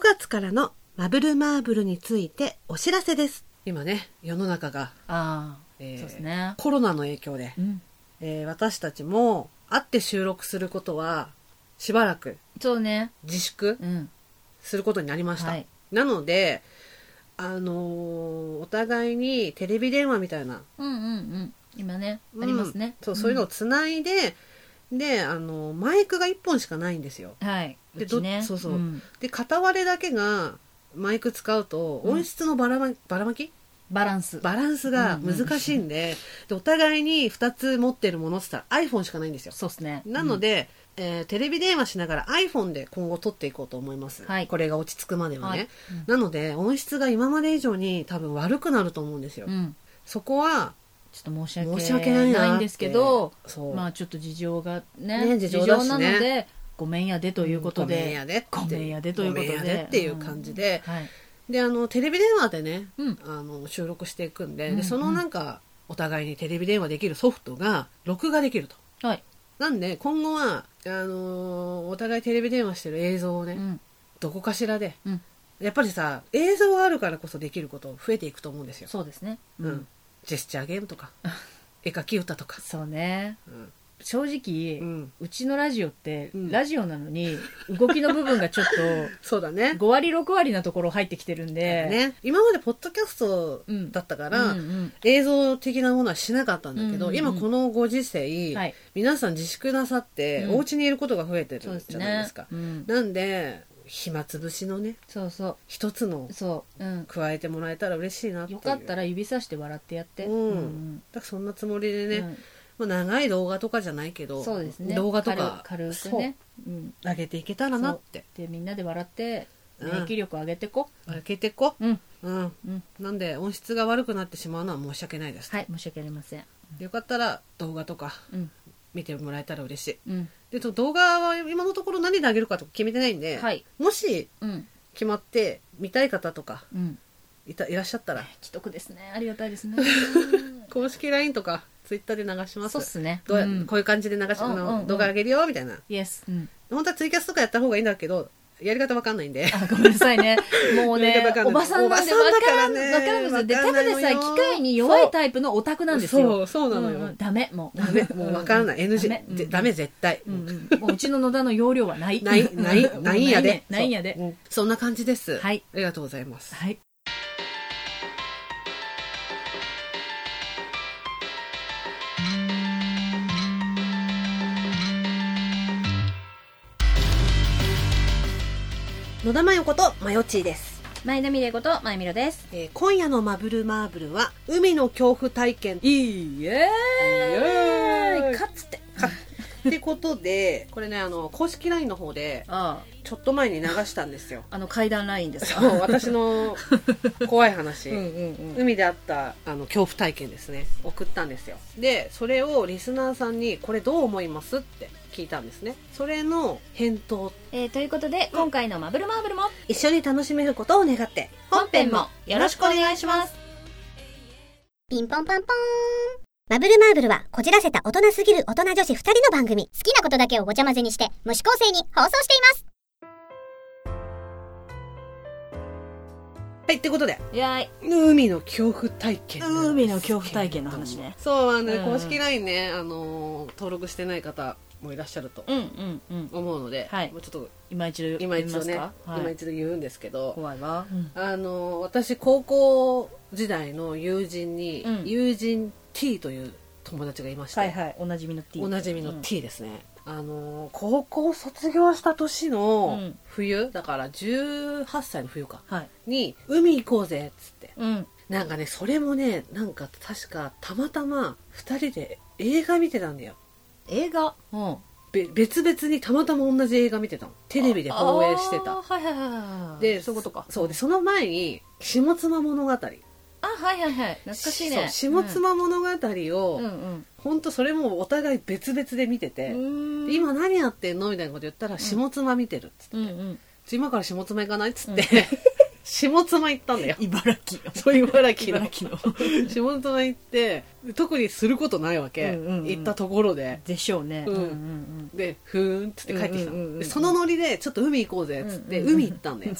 月からのマブルマーブルについてお知らせです。今ね世の中が、ああ、えーそうですね。コロナの影響で、うん。えー私たちも会って収録することはしばらくそうね。自粛うん。することになりました、はいなのであのーお互いにテレビ電話みたいなうんうんうん。今ね、うんありますね。そうそういうのをつないで、であのーマイクが1本しかないんですようん。はい。でうちね。どそうそうんで片割れだけがマイク使うとうん音質のばらま、ばらまきバランス。バランスが難しいんで,、でお互いに2つ持ってるものっつったら iPhone しかないんですよそうですね。なので、えーテレビ電話しながら iPhone で今後撮っていこうと思います、はいこれが落ち着くまでうん、はね、はい。なので音質が今まで以上に多分悪くなると思うんですよ、うん。そこはちょっと申し申訳し訳ないなってないんですけど、そう、まあちょっと事情がね、ね事情だしねなので、ごめんやでということごめんで、やでってごめんやでということでごめんやでっていう感じで、はい。であのテレビ電話でね、うんあの収録していくんで,で、うんうんそのなんかお互いにテレビ電話できるソフトが録画できるとはい。なんで今後はあのーお互いテレビ電話してる映像をね、うん。どこかしらでうん。やっぱりさ映像があるからこそできること増えていくと思うんですよ、そうですね。うん。ジェスチャーゲームと か絵描き歌とか、そうね。うん正直、ううんちのラジオって、うんラジオなのに動きの部分がちょっそうだ とね5割6割なところ入ってきてるんで、ね今までポッドキャストうんだったかうら、んうん映像的なものはしなかったんだけど、うんうんうん今このご時世、はい皆さん自粛なさって、うんお家にいることが増えてそうるですじねゃないですかうん、なんで暇つぶしのねそうそ一つのうそう、うん、加えてもらえたら嬉しいなっていようかっただから指さして笑ってやって、うんらそんなつもりでうんね、まあ、長い動画とかじゃないけどそうですね動画とか軽軽くねうん、そう上げていけたらなってでみんなで笑ってうん免疫力上げてこ上げていこうんう、うん、うんなんで音質が悪くなってしまうのは申し訳ないです、はい申し訳ありませんよかったら動画とかうん見てもらえたら嬉しいうんでと動画は今のところ何であげるかとか決めてないんで、はいもしうん決まって見たい方とかうんいたいらっしゃったら既得ですねありがたい ですね公式 LINE とか Twitter で流しますそうっすねどうやうんこういう感じで流し、あのうんうんうん動画あげるよみたいなイエス、うん本当はツイキャスとかやった方がいいんだけどやり方わかんないんであごめんなさいね。もうやりね方、おわばかさんないんなんでおばさんわだかかららねん、わからんですよ。で、わかたんなだいのでよさえ機械に弱いタイプのオタクなんですそよ。うそうなのよんんダメ、もう。ダメもうわからない NG ダメうんでダメ絶対、うんうんもううちの野田の容量はない。ない ないないんやでないねないんやでそう。うそんな感じですはいありがとうございますはい。野田真代ことマヨチーです。前田美玲子と前みろです。えー今夜のマブルマーブルは海の恐怖体験っいイいえエーイかつて。てことでこれねあの公式 LINE の方であちょっと前に流したん ですよあ、あの階段ラインですか。そう私の怖い話、 うんうんうん。海であったあの恐怖体験ですね送ったんですよでそれをリスナーさんにこれどう思いますって聞いたんですねそれの返答えーということで、今回のマブルマーブルも、一緒に楽しめることを願って本編もよろしくお願いします。ピンポンパンポーン。マブルマーブルは、こじらせた大人すぎる大人女子二人の番組。好きなことだけをごちゃ混ぜにして、無視構成に放送しています。はいってことでいやーい。海の恐怖体験なんですけれども海の恐怖体験の話ねそうあの、ねうん公式 LINE ね、あのー登録してない方もいらっしゃるとうんうんうん。思うので、はいもうちょっと今一度今言い一ま度すね、か。は今い一度言うんですけど、怖いわ。うんあのー私高校時代の友人に、うん友人 T という友達がいまして、はいはい、おなじみの T。おなじみのうん T ですね、あのー高校卒業した年うのん冬、だから18歳の冬かはい。に海行こうぜっつってうん。なんかねそれもねなんか確かたまたま2人で映画見てたんだよ映画。うん。べ別々にたまたま同じ映画見てたのテレビで放映してあたーはいはいはいはい。でそういうことか。そうでその前に「下妻物語」懐あ、はいはいはい。懐かしいね。下妻物語を、うん。うんほんとそれもお互い別々で見てうて、ん。で今何やってんのみたいなこと言ったら「下妻見てる」っつってうんうん。。今から下妻行かないっつって、 下妻行ったんだよ 茨城の。そう茨城の茨。城の。下妻行って、特にすることないわけ。うんうんうん行ったところで。でしょうね。うんんで、ふーんっつって帰ってきたの、うんうんうんうんでそのノリで、ちょっと海行こうぜっつって、うんうんうん海行ったんだよ。青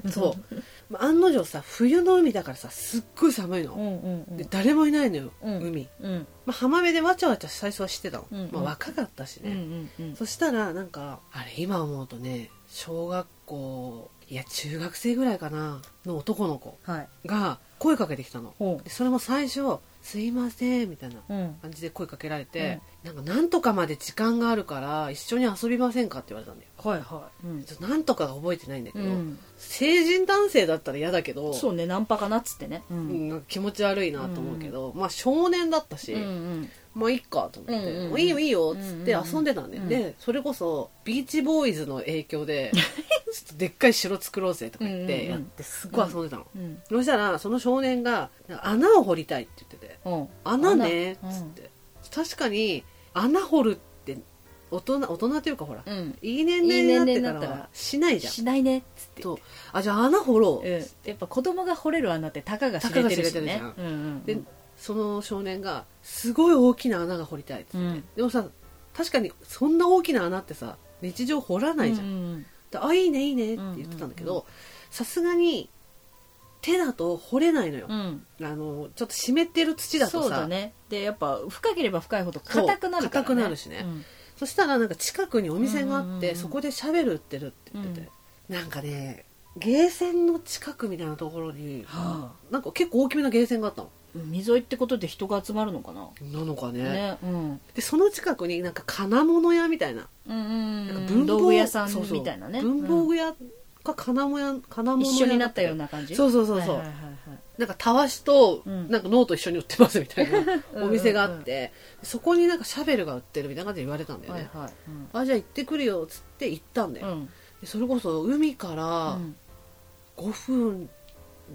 春。そう。まあ案の定さ、冬の海だからさ、すっごい寒いの。うんうんうんで、誰もいないのよ、うん海。うんまあ、浜辺でわちゃわちゃ最初はしてたの。うんうんまあ、若かったしうね。んうんそしたらなんかあれ今思うとね小学校いや中学生ぐらいかなの男の子はいが声かけてきたのほでそれも最初「すいません」みたいなううん感じで声かけられて「なんかなんとかまで時間があるから一緒に遊びませんか?」って言われたんだよはいはいうんちょっとなんとかが覚えてないんだけうど、ん成人男性だったら嫌だけどそうねナンパかなっつってねううんんなんか気持ち悪いなと思うけど、まあ少年だったし、うんうんまあいいかと思って、うんうんうんもういいよいいよっつってうんうんうん遊んでたんで、うんでそれこそビーチボーイズの影響 でちょっとでっかい城作ろうぜとか言っうんうんうてんやってすっごい遊んでたの、うんそしたらその少年がなんか穴を掘りたいって言っててうん「穴ね」っ穴つって、確かに穴掘るって大人大人というかほら、うんいい年齢になってかいい年齢になっらたはらしないじゃんしないねっつってとあじゃあ穴掘ろう、うんやっぱ子供が惚れる穴ってたかが知れてるしねたかが知れてるうんうんでその少年がすごい大きな穴が掘りたいっつって、うんでもさ確かにそんな大きな穴ってさ日常掘らないじゃん、うんうんであいいねいいねって言ってたんだけうんうんどさすがに手だと掘れないのよ、うんあのちょっと湿ってる土だとそうさだねでやっぱ深ければ深いほど硬くなそるからねう硬くなるしねうんそしたらなんか近くにお店があって、うんうんうんそこでシャベル売ってるって言ってて、うんなんかねゲーセンの近くみたいなところに、はあなんか結構大きめなゲーセンがあったの溝ってことで人が集まるのかななのかねねうんでその近くになんか金物屋みたいなうんうんなうんんか文房道具屋さんみたいなねそうそう文うん房具屋か金物屋金物屋一緒になったような感じそうそうそうそう、はいはいはいはいなんかたわしとうんなんかノート一緒に売ってますみたいな うんお店があってそこになんかシャベルが売ってるみたいな感じで言われたんだよはいね、はいうんあじゃあ行ってくるよっつって行ったんだよ、うんでそれこそ海かうらん5分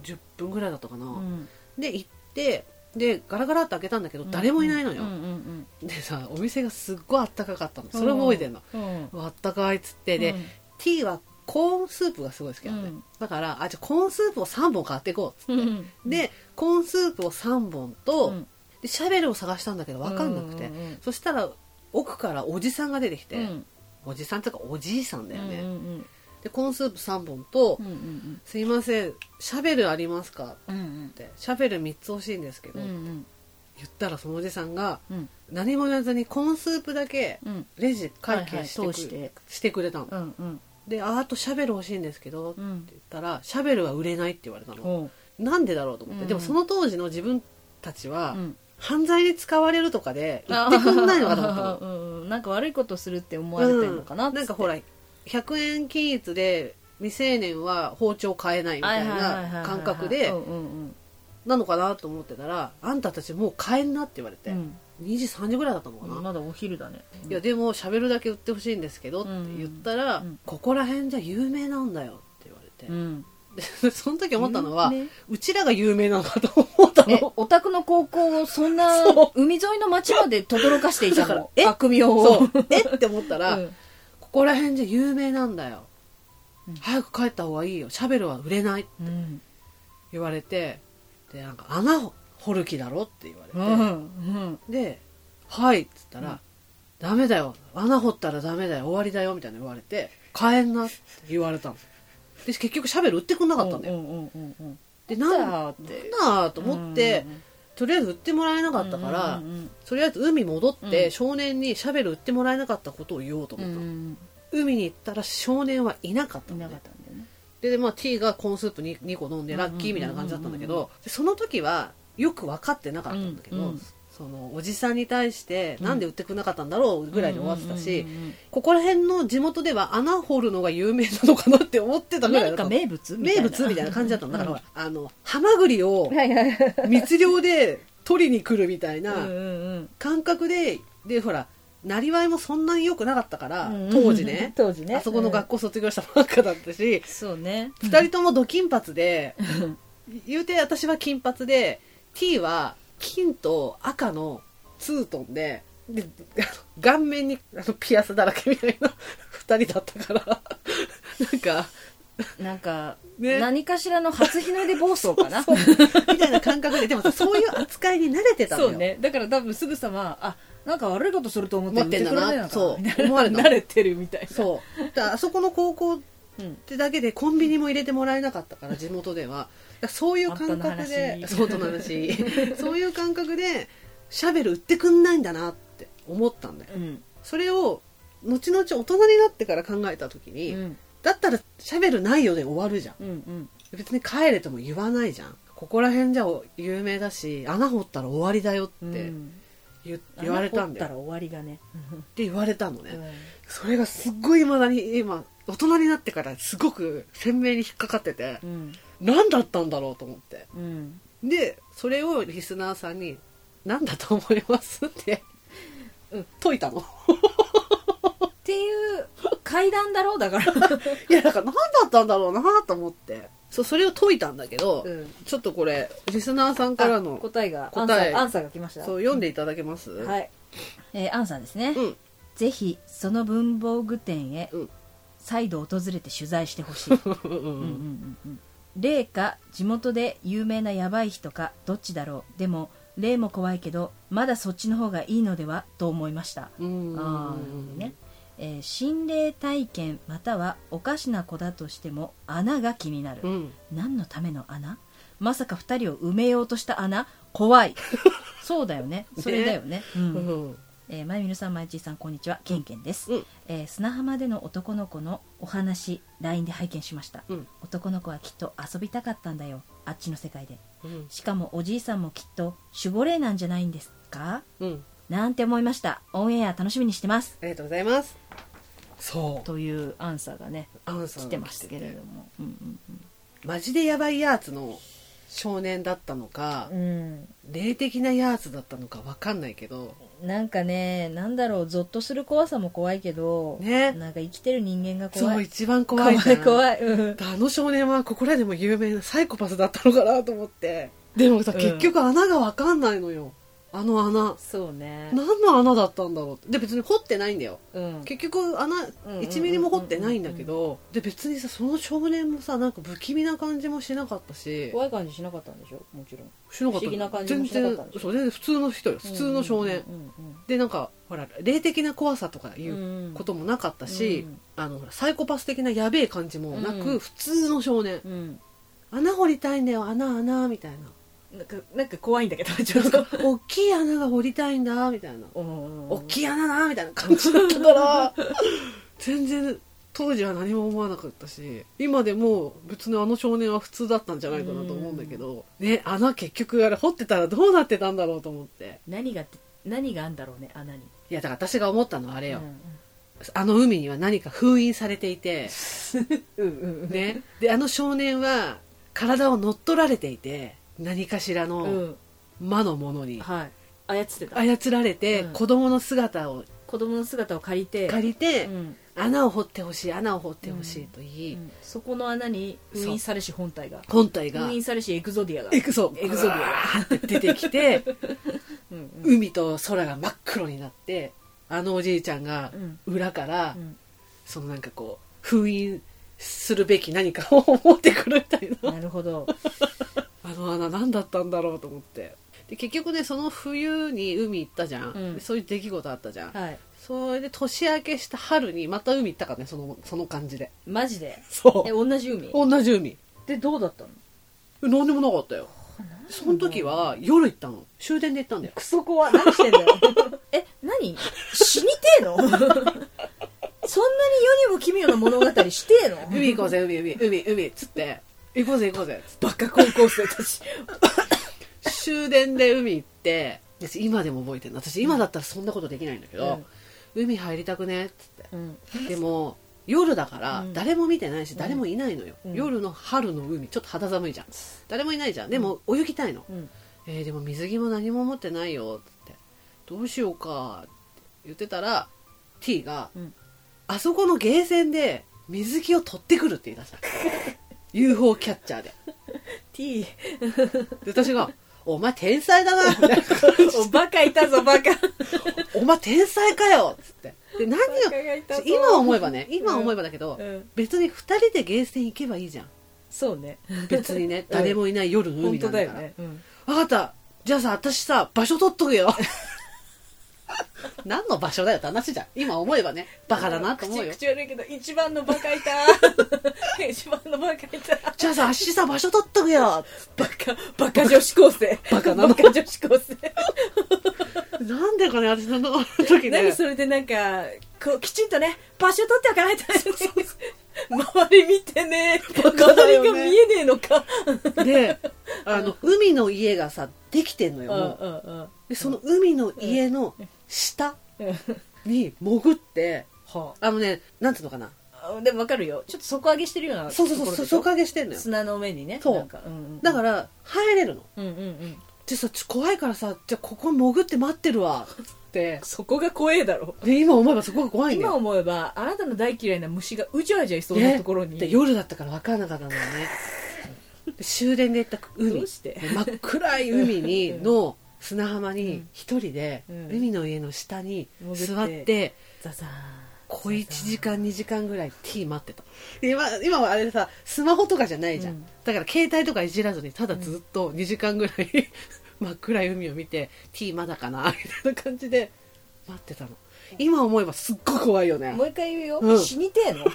10分ぐらいだったかな、うんで行ってでガラガラって開けたんだけど誰もいないのよ、うんうんでさお店がすっごいあったかかったのそれも覚えてんの、うんうんわあったかいっつってで、うん T はコーンスープがすごい好きなんで、うんだからあじゃあコーンスープを3本買っていこうっつって、うんでコーンスープを3本と、うんでシャベルを探したんだけど分かんなくて、うんうんうんそしたら奥からおじさんが出てきて、うんおじさんとかおじいさんだよね、うんうんでコーンスープ3本と「うんうんすいませんシャベルありますか?」うんうんって「シャベル3つ欲しいんですけど」うんうん言ったらそのおじさんがうん何も言わずにコーンスープだけうんレジ会計してく,、はいはい通してくれたの。うんうんで「ああとシャベル欲しいんですけど」ってうん言ったら「シャベルは売れない」って言われたの、おうなんでだろうと思って、うんでもその当時の自分たちは、うん犯罪に使われるとかで言ってくんないのかと思ったのうんうんなんか悪いことするって 思われてるのかなうんなんかほら100円均一で未成年は包丁買えないみたいな感覚でうんうんうんなのかなと思ってたら「あんたたちもう買えんな」って言われて、うん2時3時ぐらいだったのかな、まだお昼だねいやでもしゃべるだけ売ってほしいんですけどって言ったら、うんうんここら辺じゃ有名なんだよって言われてう、んで その時思ったのは、有名うちらが有名なのかと思ったえの。お宅の高校をそんなそ海沿いの町までとどろかしていただからの悪名をそうえって思ったら、うんここら辺じゃ有名なんだよ、うん早く帰った方がいいよシャベルは売れないってうん言われてでなんか穴を掘る気だろって言われうて、んで「はい」っつったら、うんダメだよ穴掘ったらダメだよ終わりだよ」みたいなの言われて「帰んな」って言われたので結局シャベル売ってくんなかったんだよ、うんうんうんうんでななんんだってなんだと思って、うんうんうんとりあえず売ってもらえなかったから、うんうんとりあえず海戻って、うん少年にシャベル売ってもらえなかったことを言おうとう思んったの、うん海に行ったら少年はいなかったいのねなかったんだよねでで、まあ、T がコーンスープ 2, 2個飲んでラッキーみたいな感じだったんだけど、うんうでその時はよく分かってなかったんだけど、うんうんそのおじさんに対してなんで売ってくれなかったんだろうぐらいで終わってたし、うんうんうんうんここら辺の地元では穴掘るのが有名なのかなって思ってたぐらいだ何ったかの名物みたい名な物みたいな感じだったのだから、ほらあのハマグリをはいはいはい密漁で取りに来るみたいな、うんうん感覚ででほらなりわいもそんなに良くなかったから、うん当時ね 当時ねあそこの学校卒業したばっかだったし、そうね二人ともド金髪で言うて私は金髪で T は金と赤のツートンでであの顔 面にあのピアスだらけみたいな二人だったからなんかなんか、ね何かしらの初日の出暴走かなそうみたいな感覚ででもさそういう扱いに慣れてたのよそうねだから多分すぐさまあなんか悪いことすると思って思ってんだな言ってくれないのかなみたそう思われいたなの慣れてるみたいなそうだからあそこの高校っうんてだけでコンビニも入れてもらえなかった から地元ではだからそういう感覚で本そう大人の話 そういう感覚でシャベル売ってくんないんだなって思ったんだようんそれを後々大人になってから考えた時うに、んだったらシャベルないよで終わるじゃんうんうん別に帰れとも言わないじゃんここら辺じゃ有名だし穴掘ったら終わりだようっんて言,、言われたんだ穴掘ったらよ終わりがね、って言われたのね、うんそれがすっごい未だに今大人になってからすごく鮮明に引っかかっててう、ん何だったんだろうと思ってうんでそれをリスナーさんに「何だと思います?」って、 うん、解いたのっていう階段だろうだから、いやだから何だったんだろうなと思ってそうそれを解いたんだけど、うんちょっとこれリスナーさんからのあ答えが答えアンサーアンサーが来ましたそう読んでいただけます、はい、えーアンさんですね、うんぜひその文房具店へうん再度訪れて取材してほしいうんうんうんうんうんうんうん霊か地元で有名なヤバい人かどっちだろうでも霊も怖いけどまだそっちの方がいいのではと思いましたうんあーなるほどね、えー心霊体験またはおかしな子だとしても穴が気になる、うん、何のための穴まさか2人を埋めようとした穴 怖いそうだよねそれだよねううんん、えー、まゆみるさんまゆちーさんこんにちはけんけんです、うんえー砂浜での男の子のお話 LINE で拝見しました、うん男の子はきっと遊びたかったんだよあっちの世界でうんしかもおじいさんもきっと守護霊なんじゃないんですかうん、なんて思いましたオンエア楽しみにしてますありがとうございますそうというアンサーがねアンさん来がてますけれてどもうんマジでやばいやつの少年だったのか、うん、霊的なやつだったのかわかんないけどうん、なんかねなんだろうゾッとする怖さも怖いけどねなんか生きてる人間がそうい一番怖いじゃんいうんあの少年はここらでも有名なサイコパスだったのかなと思ってでもさ、うん結局穴がわかんないのよあの穴そうね何の穴だったんだろうってで別に掘ってないんだようん結局穴うんうん1ミリも掘ってないんだけどで別にさその少年もさなんか不気味な感じもしなかったし怖い感じしなかったんでしょもちろんしなかった不思議な感じもしなかっ全たで然しょそう全然普通の人よ普通の少年、うんでなんかほら霊的な怖さとかいうんうんううんこともなかったし、うんあのほらサイコパス的なやべえ感じもなく、うん普通の少年うん穴掘りたいんだよ穴穴みたい ななんかなんか怖いんだけどちょっ と大きい穴が掘りたいんだみたいな大大きい穴なみたいな感じだったから 全然当時は何も思わなかったし今でも別にあの少年は普通だったんじゃないかなと思うんだけど、ね穴結局あれ掘ってたらどうなってたんだろうと思って何がって何があんだろうね穴にいやだから私が思ったのはあれよ、うんあの海には何か封印されていて、 うんうんね、であの少年は体を乗っ取られていて何かしらうのん魔のものにはい操ってた操られてうん子供の姿を子供の姿を借りて借りてうん穴を掘ってほしい穴を掘ってほしいと言ういんそこの穴に封印されし本体が本体が封印されしエクゾディアがエクソエクゾディアがって出てきてうん海と空が真っ黒になってあのおじいちゃんがうん裏からうんそのなんかこう封印するべき何かを持ってくるみたいななるほどあの穴何だったんだろうと思ってで結局ねその冬に海行ったじゃん、うんそういう出来事あったじゃん、はいそれで年明けした春にまた海行ったからねそのその感じでマジでそえ同じ海同じ海でどうだったの何でもなかったよその時は夜行ったの終電で行ったんだよクソ怖い何してんだよ え何死にてえのそんなに世にも奇妙な物語してえの海行こうぜ海海海海っつって行こうぜ行こうぜつっバカ高校生たちて終電で海行って私今でも覚えてるの私今だったらそんなことできないんだけど、海入りたくねっつっうんてでも夜だからうん誰も見てないし誰もいないのよ、うん夜の春の海ちょっと肌寒いじゃん誰もいないじゃんでも泳ぎたいの、うんえーでも水着も何も持ってないよっつってどうしようかって言ってたら T が、うんあそこのゲーセンで水着を取ってくるって言い出 した UFO キャッチャーで T で私が「お前天 才だな」みたいなおバカいたぞバカお前天才かよ」っつってで何が今思えばね今思えばだけど、うん別に2人でゲーセン行けばいいじゃんそうね別にね誰もいない夜の本海な当んだだかよら、ね、うん分かったじゃあさ私さ場所取っとく よ何の場所だよって話じゃん今思えばねバカだなと思うよ口口悪いけど一番のバ カいた一番のバカいたじゃあさ足さ場所取っとくよバカバカ女子高生バカなのバカ女子高生なんでかね私の中の時ね何それでなんかこうきちんとね場所取っておかないと周り見てねバカだよね周りが見えねえのかであの海の家がさできてんのよ、うもんううんうんでその海の家の下うんに潜ってはあのねなんていうのかなあでもわかるよちょっと底上げしてるようなそうそうそうところでしょ底上げしてんのよ砂の上にねそうなんか,、うんうん、だから入れるのうんうんうんでさちょ怖いからさじゃあここ潜って待ってるわってそこが怖えだろで今思えばすごく怖いんだ今よ思えばあなたの大嫌いな虫がうじゃうじゃいそうねなところに、で夜だったから分からなかったんだよねで終電で行ったど海うして真っ暗い海にの砂浜うにん一人でうん海の家の下に座っ潜ってザザーン小1時間2時間ぐらいティー待ってたで今今はあれでさスマホとかじゃないじゃん、うんだから携帯とかいじらずにただずっと2時間ぐらい、 真っ暗い海を見てティーまだかなみたいな感じで待ってたの今思えばすっごい怖いよねもう一回言うよ、うん死にて えの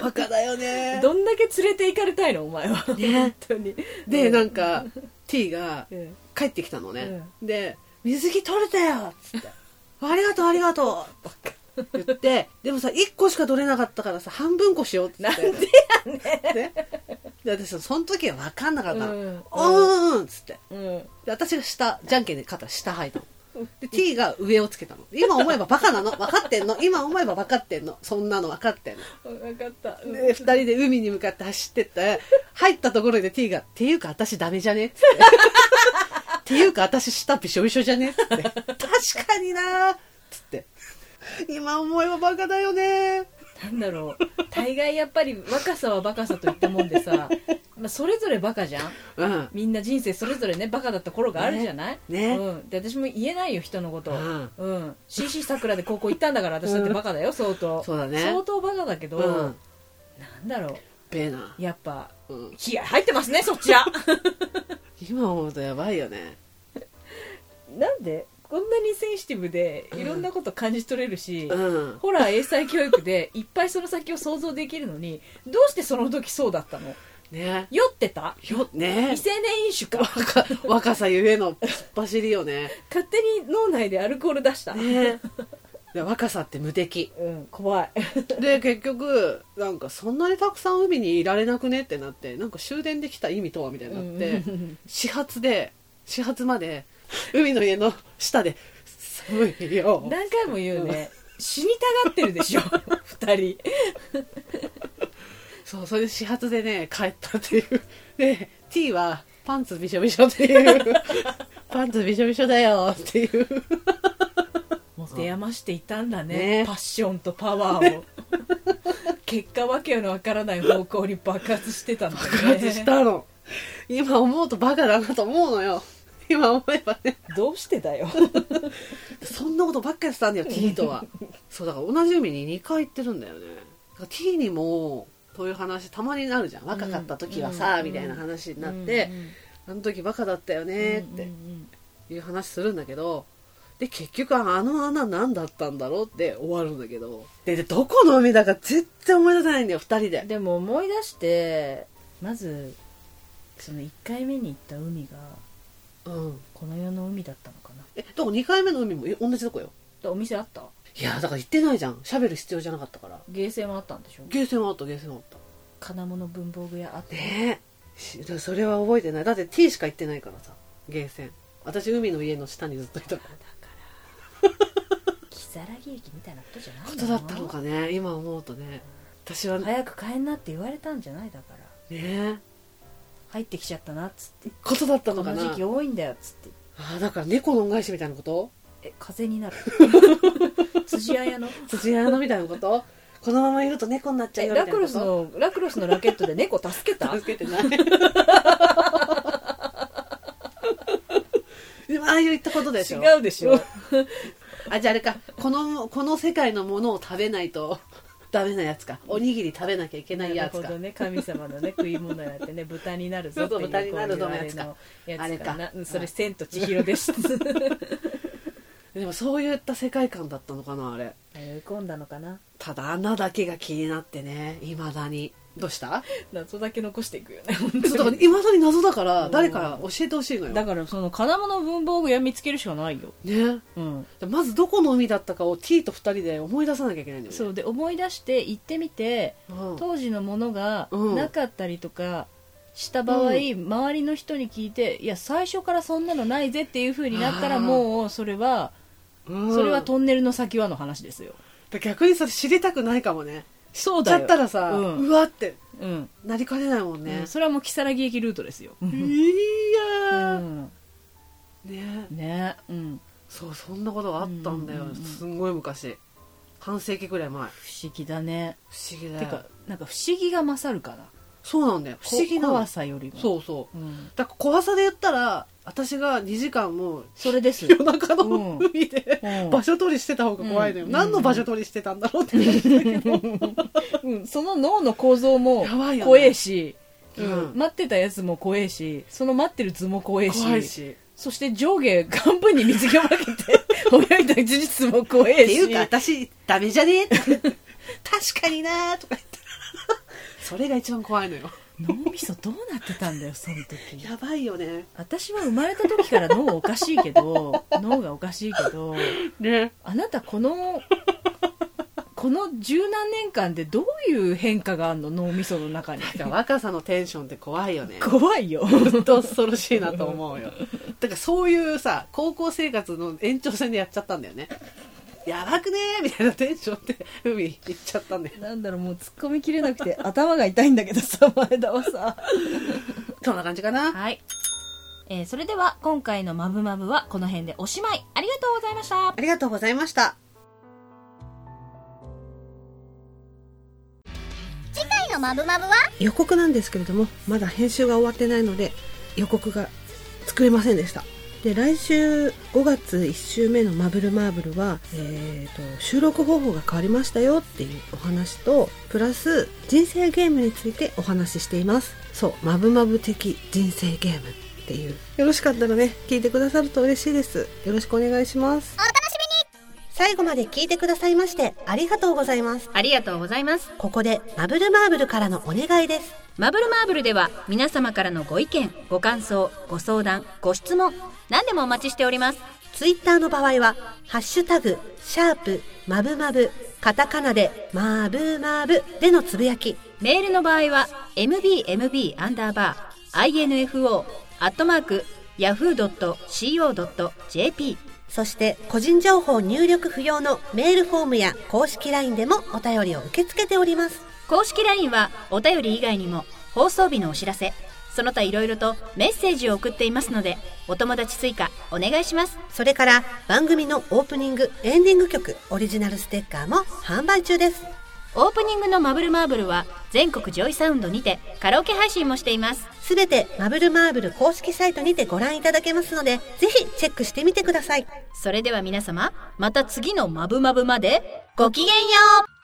バカだよねどんだけ連れて行かれたいのお前は、本当にでうなんん かティーがうん帰ってきたのね、で「水着取れたよ」っつって「ありがとうありがとう」って言ってでもさ1個しか取れなかったからさ半分こしようっつってなんでやねで私さその時は分かんなかったの「ううんんうんうん」っつってうんで私が下じゃんけんで肩下履いたので T が上をつけたの今思えばバカなの分かってんの今思えば分かってんのそんなの分かってんの分かった、うんで2人で海に向かって走ってって入ったところで T が「っていうか私ダメじゃね?」っつって「っていうか私舌びしょびしょじゃね?」っつって「確かにな」っつって「今思えばバカだよねなんだろう大概やっぱり若さは若さといったもん でさ、まあ、それぞれバカじゃん」うんみんな人生それぞれねバカだった頃があるじゃないねねうん、で私も言えないよ人のことうんうん、CC さくらで高校行ったんだから私だってバカ だよ相当そうだね相当バカだけど、うんなんだろべえなう、やっぱうん、気合入ってますねそっちは 今思うとやばいよねなんでこんなにセンシティブでいろんなこと感じ取れるし、うんホラー英才教 育でいっぱいその先を想像できるのにどうしてその時そうだったのね酔ってたよね未成年飲酒か若 若さゆえの突っ走りよね勝手に脳内でアルコール出した、ねで若さって無敵うん怖いで結局なんかそんなにたくさん海にいられなくねってなってなんか終電できた意味とはみたいになって、うん始発で始発まで海の家の下で寒いよ 何回も言うね死にたがってるで しょ二人そうそれで始発でね帰ったっていうで T はパンツびしょびしょって いうパンツびしょびしょだよっていう持て余していたんだねねパッションとパ ワーを結果わけのわからない方向に爆発してたんだね爆発したの 今思うとバカだなと思うのよ今思えばねどうしてだよそんなことばっかりしてたんだよ T と はそうだから同じ海に2回行ってるんだよねだから T にもそういう話たまになるじゃん若かった時はさ、うんみたいな話になって、あの時バカだったよねうんっていう話するんだけどで結局あの穴何だったんだろうって終わるんだけどででどこの海だか絶対思い出せないんだよ2人ででも思い出してまずその1回目に行った海がうんこの世の海だったのかなえだから2回目の海もえ同じとこよお店あったいやだから行ってないじゃん喋る必要じゃなかったからゲーセンはあったんでしょゲーセンはあったゲーセンはあった金物文房具屋あったねえしでもそれは覚えてないだって T しか行ってないからさゲーセン私海の家の下にずっといたかだから木更木駅みたいなことじゃないらことだったのかね今思うとね私はね早く帰んなって言われたんじゃないだからえ入ってきちゃったなっつってことだったのこかのな時期多いんだよっつってああだから猫の恩返しみたいなことえ風に なる辻彩の土屋のみたいなこと このままいると猫になっちゃうえよみたラいなクこロスとの ラクロスのラケットで猫助 けた助けてないでもああいう言ったことでしょ違うでしょあじゃああれかこのこの世界のものを食べないと ダメなやつかおにぎり食べなきゃいけないやつかなるほどね神 様のね食い物やってね豚になるぞっていそううそう豚になるぞのやつかこういうああれれのやつかかなうんそれ「千と千尋」 ですでもそういった世界観だったのかなあれ迷い込んだのかなただ穴だけが気になってねいまだにどう した謎だけ残していくよ ねちょっといまだに謎だかうらん誰か教えてほしいのよだからその金物文房具屋見つけるしかないよねうんまずどこの海だったかを T と2人で思い出さなきゃいけないんだよねそうで思い出して行ってみてうん当時のものがうんなかったりとかした場合、うん周りの人に聞いていや最初からそんなのないぜっていう風になったらあーもうそれは、うんそれはトンネルの先はの話ですよ逆にそれ知りたくないかもねそうちゃだよったらさ、ううんわってうんなりかねないもんね、うんそれはもう如月駅ルートですよ、ういやー、ん、ねねうんそうそんなことがあったんだよ、うんうんうんすんごい昔半世紀くらい前不思議だね不思議だてよかなんか不思議が勝るかなそうなんだよ不思議なこの怖さよりもそうそうう、ん、だから怖さで言ったら私が2時間もうそれです夜中うんの海で、うん場所取りしてた方が怖いのよ、うん何の場所取りしてたんだろうって感じだけどうん、その脳の構造もやばいよね怖えし、うん待ってたやつも怖えしその待ってる図も怖えし怖いしそして上下半分に水着 を分けて泳いだ事実も怖えってしいうか私ダメじゃねえって確かになーとか言ってそれが一番怖いのよ脳みそどうなってたんだよその時やばいよね私は生まれた時から脳おかしいけ ど脳がおかしいけどねあなたこのこの十何年間でどういう変化があるの脳みその中に若さのテンションって怖いよね 怖いよずっと恐ろしいなと思うよだからそういうさ高校生活の延長戦でやっちゃったんだよねやばくねーみたいなテンションで海行っちゃったんだよなんだろうもう突っ込みきれなくて頭が痛いんだけどさ前田はさそんな感じかなはい、えーそれでは今回の「まぶまぶ」はこの辺でおしまいありがとうございましたありがとうございました次回のマブマブは予告なんですけれどもまだ編集が終わってないので予告が作れませんでしたで来週5月1週目の「マブルマーブルは」えーと収録方法が変わりましたよっていうお話とプラス人生ゲームについてお話ししていますそう「マブマブ的人生ゲーム」っていうよろしかったらね聞いてくださると嬉しいですよろしくお願いしますお楽しみに最後まで聞いてくださいましてありがとうございますありがとうございます。ここでマブルマーブルからのお願いですマブルマーブルでは皆様からのご意見、ご感想、ご相談、ご質問、何でもお待ちしております。ツイッターの場合は、ハッシュタグ、シャープ、マブマブ、カタカナで、マブマブでのつぶやき、メールの場合は mbmb アンダーバー info アットマーク yahoo.co.jp そして個人情報入力不要のメールフォームや公式 LINE でもお便りを受け付けております。公式 LINE はお便り以外にも放送日のお知らせ、その他いろいろとメッセージを送っていますのでお友達追加お願いします。それから番組のオープニング、エンディング曲、オリジナルステッカーも販売中です。オープニングのマブルマーブルは全国ジョイサウンドにてカラオケ配信もしています。すべてマブルマーブル公式サイトにてご覧いただけますので、ぜひチェックしてみてください。それでは皆様、また次のマブマブまで、ごきげんよう